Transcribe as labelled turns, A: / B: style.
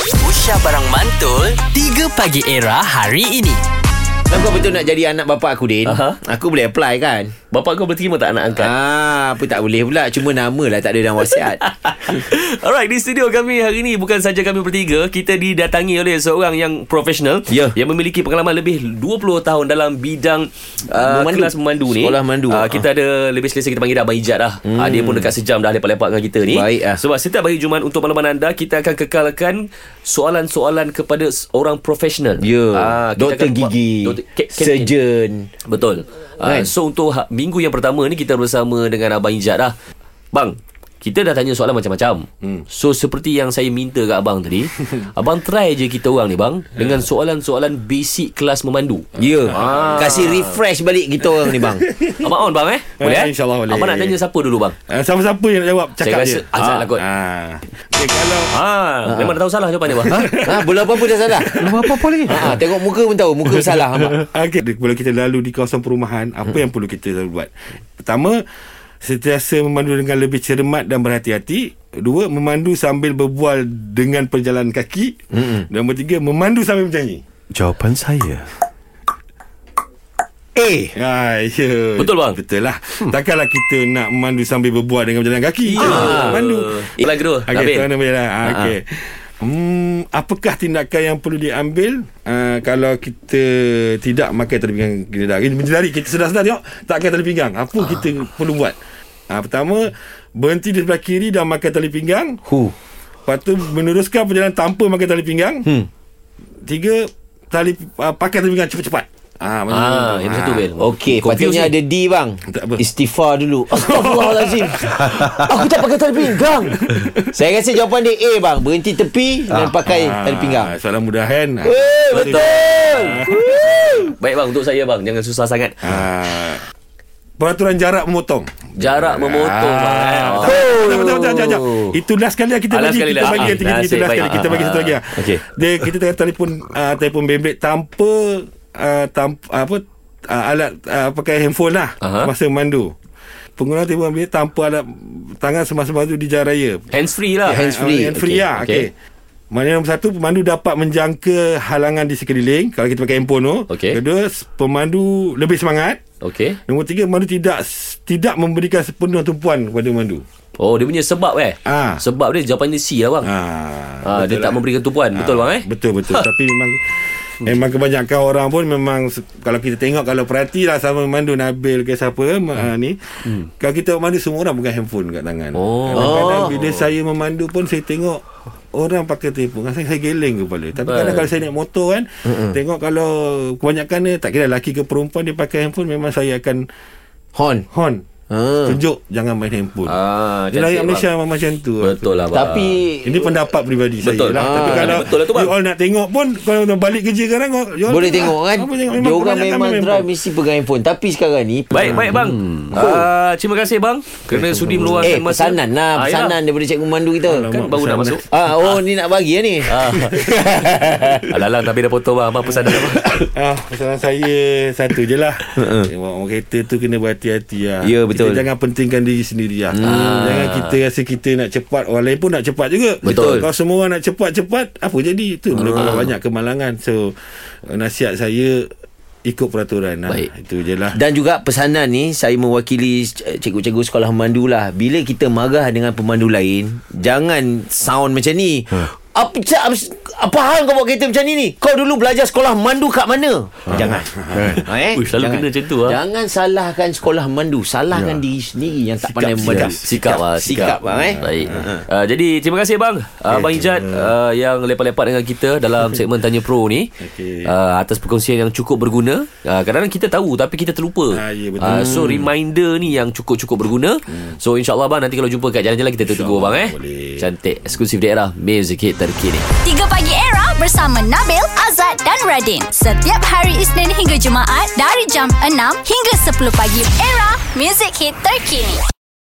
A: Aisyah Barang Mantul 3 Pagi Era hari ini
B: Kalau kau betul nak jadi anak bapa aku Din
C: Aha.
B: Aku boleh apply kan
C: Bapak kau boleh terima tak anak angkat?
B: Ah, apa tak boleh pula Cuma nama lah tak ada dalam wasiat
C: Alright, di studio kami hari ini bukan saja kami bertiga, kita didatangi oleh seorang yang profesional
B: Ya.
C: yang memiliki pengalaman lebih 20 tahun dalam bidang uh,
B: Memandu.
C: kelas memandu ni.
B: Sekolah memandu. Ah.
C: Uh, kita ada lebih selesa kita panggil dia Abang Ijat lah. Hmm. Uh, dia pun dekat sejam dah lepak-lepak dengan kita ni.
B: Baik, ah.
C: Sebab setiap hari Jumaat untuk malaman anda kita akan kekalkan soalan-soalan kepada orang profesional.
B: Ya
C: Ah, kita
B: Doktor
C: akan buat-
B: gigi
C: Doktor- ke- ke-
B: Surgeon
C: Betul. Uh,
B: Kan?
C: so untuk ha- minggu yang pertama ni kita bersama dengan Abang Ijat dah. Bang, kita dah tanya soalan macam-macam. Hmm. So seperti yang saya minta kat abang tadi, abang try je kita orang ni bang dengan soalan-soalan basic kelas memandu. Ah.
B: Ya Kasih refresh balik kita orang ni bang
C: Abang on bang eh? Boleh eh?
D: Ah, InsyaAllah boleh.
C: Abang nak tanya siapa dulu bang?
D: Ah, Siapa-siapa yang nak jawab Cakap
C: saya rasa
D: je
C: Azat lah kot.
D: ah. Okay, Kalau
C: Ha,
B: Ah.
C: memang dah tahu salah jawapan dia bang. Ah.
B: ha, Belum apa-apa dah salah Belum apa-apa lagi ha, Tengok muka pun tahu Muka salah nampak.
D: okay, Kalau kita lalu di kawasan perumahan Apa
C: Hmm.
D: yang perlu kita selalu buat Pertama Sentiasa memandu dengan lebih cermat dan berhati-hati Dua Memandu sambil berbual dengan perjalanan kaki
C: Hmm.
D: mm Nombor tiga Memandu sambil menyanyi
E: Jawapan saya
B: Eh
D: ah, yeah.
C: Betul, bang?
D: Betul lah hmm. Takkanlah kita nak memandu sambil berbual dengan perjalanan kaki
C: Ya.
D: ah. Memandu
C: Soalan kedua,
D: Okey,
C: Nabil.
D: tuan Nabil lah. Ha, Okey. Hmm, apakah tindakan yang perlu diambil uh, kalau kita tidak makan tali pinggang kita dah. Ini mencedari. Kita sedar-sedar tengok tak makan tali pinggang. Apa kita perlu buat? Ha, pertama, berhenti di sebelah kiri dan makan tali pinggang.
B: Hu
D: Lepas tu meneruskan perjalanan tanpa makan tali pinggang. Hmm. Tiga, tali uh, pakai tali pinggang cepat-cepat. Ah, macam
C: Ah,
D: tu.
C: yang satu
D: Ah.
C: Bil.
B: Okey,
C: Confuse
B: patutnya
C: ni.
B: ada D bang.
D: Tak apa.
B: Istighfar dulu. Astagfirullahalazim. Aku tak pakai tali pinggang. Saya rasa jawapan dia A bang. Berhenti tepi dan pakai Eh,
D: Ah,
B: tali pinggang.
D: Soalan mudah kan?
B: Eh, betul.
C: Baik bang untuk saya bang, jangan susah sangat.
D: Ah, peraturan jarak memotong.
C: Jarak
B: Ah.
C: memotong bang. eh.
D: Ah,
C: Oh.
D: tak, tak, tak, tak, tak, tak. Itu last kali lah kita
C: Ah, last
D: bagi
C: kali
D: kita
C: last.
D: bagi
C: Ah,
D: yang tiga
C: nasib
D: kita last
C: baik.
D: kali kita bagi
C: Ah,
D: satu lagi. ah.
C: okey.
D: Dia kita tengah telefon ah, telefon bembet tanpa ah, tanpa apa ah, alat ah, pakai handphone lah
C: Aha.
D: masa memandu. Pengguna telefon bembet tanpa alat tangan semasa memandu di jalan raya.
C: Hands free lah.
B: Hands free.
D: Hand free
B: Okey,
D: lah.
C: okey.
D: Okey. Maknanya nombor satu Pemandu dapat menjangka Halangan di sekeliling Kalau kita pakai handphone tu
C: Okey.
D: Kedua Pemandu Lebih semangat
C: Okey.
D: Nombor tiga Pemandu tidak Tidak memberikan sepenuh tumpuan Kepada pemandu
C: Oh, dia punya sebab eh.
D: Ah.
C: Sebab dia jawapan dia C lah bang.
D: Ah,
C: Ah, dia tak memberikan tumpuan. Betul bang eh?
D: Betul betul. Tapi memang memang kebanyakan orang pun memang se- kalau kita tengok kalau perhatilah sama memandu Nabil ke siapa hmm. uh, ni. Hmm. Kalau kita memandu semua orang pegang handphone kat tangan.
C: Oh.
D: Kadang-kadang bila saya memandu pun saya tengok orang pakai telefon. Saya, saya geleng kepala. Tapi kadang kalau saya naik motor kan tengok kalau kebanyakan ni tak kira lelaki ke perempuan dia pakai handphone memang saya akan
B: Hon.
D: horn.
B: Ah.
D: Tunjuk jangan main handphone.
C: Ah, cantik,
D: Dia layak
C: bang.
D: Malaysia memang macam tu.
C: Betul lah bang.
B: Tapi
D: Ini pendapat peribadi
C: Betul.
D: saya lah.
C: Ah,
D: Tapi kalau
C: betul lah tu, bang.
D: you all nak tengok pun kalau nak balik kerja sekarang you all
B: boleh
D: tengok,
B: tengok kan.
D: ah, boleh tengok.
B: Dia orang
D: kebanyakan
B: memang
D: main
B: drive
D: handphone.
B: mesti pegang handphone. Tapi sekarang ni
C: Baik, baik bang. Ah, terima kasih bang kerana sudi meluangkan
B: Eh,
C: masa.
B: pesanan lah.
C: Ah, ya.
B: Pesanan daripada cikgu mandu kita.
C: Kan baru nak masuk.
B: Ah, oh ni nak bagi ya ni.
C: Ah. Alalang tapi dah potong bang. Apa pesanan bang?
D: Ah, pesanan saya satu je lah. Orang orang kereta tu kena berhati-hati lah.
B: Ya, betul. Hmm.
D: Kita jangan pentingkan diri sendiri lah. Jangan kita rasa kita nak cepat, orang lain pun nak cepat juga.
C: Betul.
D: Kalau semua orang nak cepat-cepat, apa jadi?
B: Ah.
D: Itu menimbulkan banyak kemalangan. So, nasihat saya ikut peraturan lah.
C: Baik.
D: Itu je lah.
B: Dan juga pesanan ni saya mewakili c- cikgu-cikgu sekolah pemandu lah. Bila kita marah dengan pemandu lain, jangan sound macam ni.
C: Ha.
B: Apa, ca- apa, apa hal kau buat kereta macam ni ni? Kau dulu belajar sekolah mandu kat mana? Jangan. Ha, eh?
C: Ui, selalu kena macam tu, ah. Ya.
B: Jangan salahkan sekolah mandu. Salahkan diri sendiri yang tak pandai memandu.
C: Sikap lah
B: Sikap,
C: Sikap,
B: bang, eh?
C: Baik uh, Jadi terima kasih bang uh, Abang Ijat uh, Yang lepak-lepak dengan kita Dalam segmen Tanya Pro ni
D: Okey.
C: uh, Atas perkongsian yang cukup berguna uh, Kadang-kadang kita tahu Tapi kita terlupa
D: Ah, ya, betul.
C: uh, So reminder ni Yang cukup-cukup berguna So insyaAllah bang Nanti kalau jumpa kat jalan-jalan Kita tegur bang eh
D: boleh.
C: Cantik Eksklusif daerah Music hit terkini
F: 3 Pagi Era bersama Nabil, Azad dan Radin. Setiap hari Isnin hingga Jumaat dari jam 6 hingga 10 pagi. Era, music hit terkini.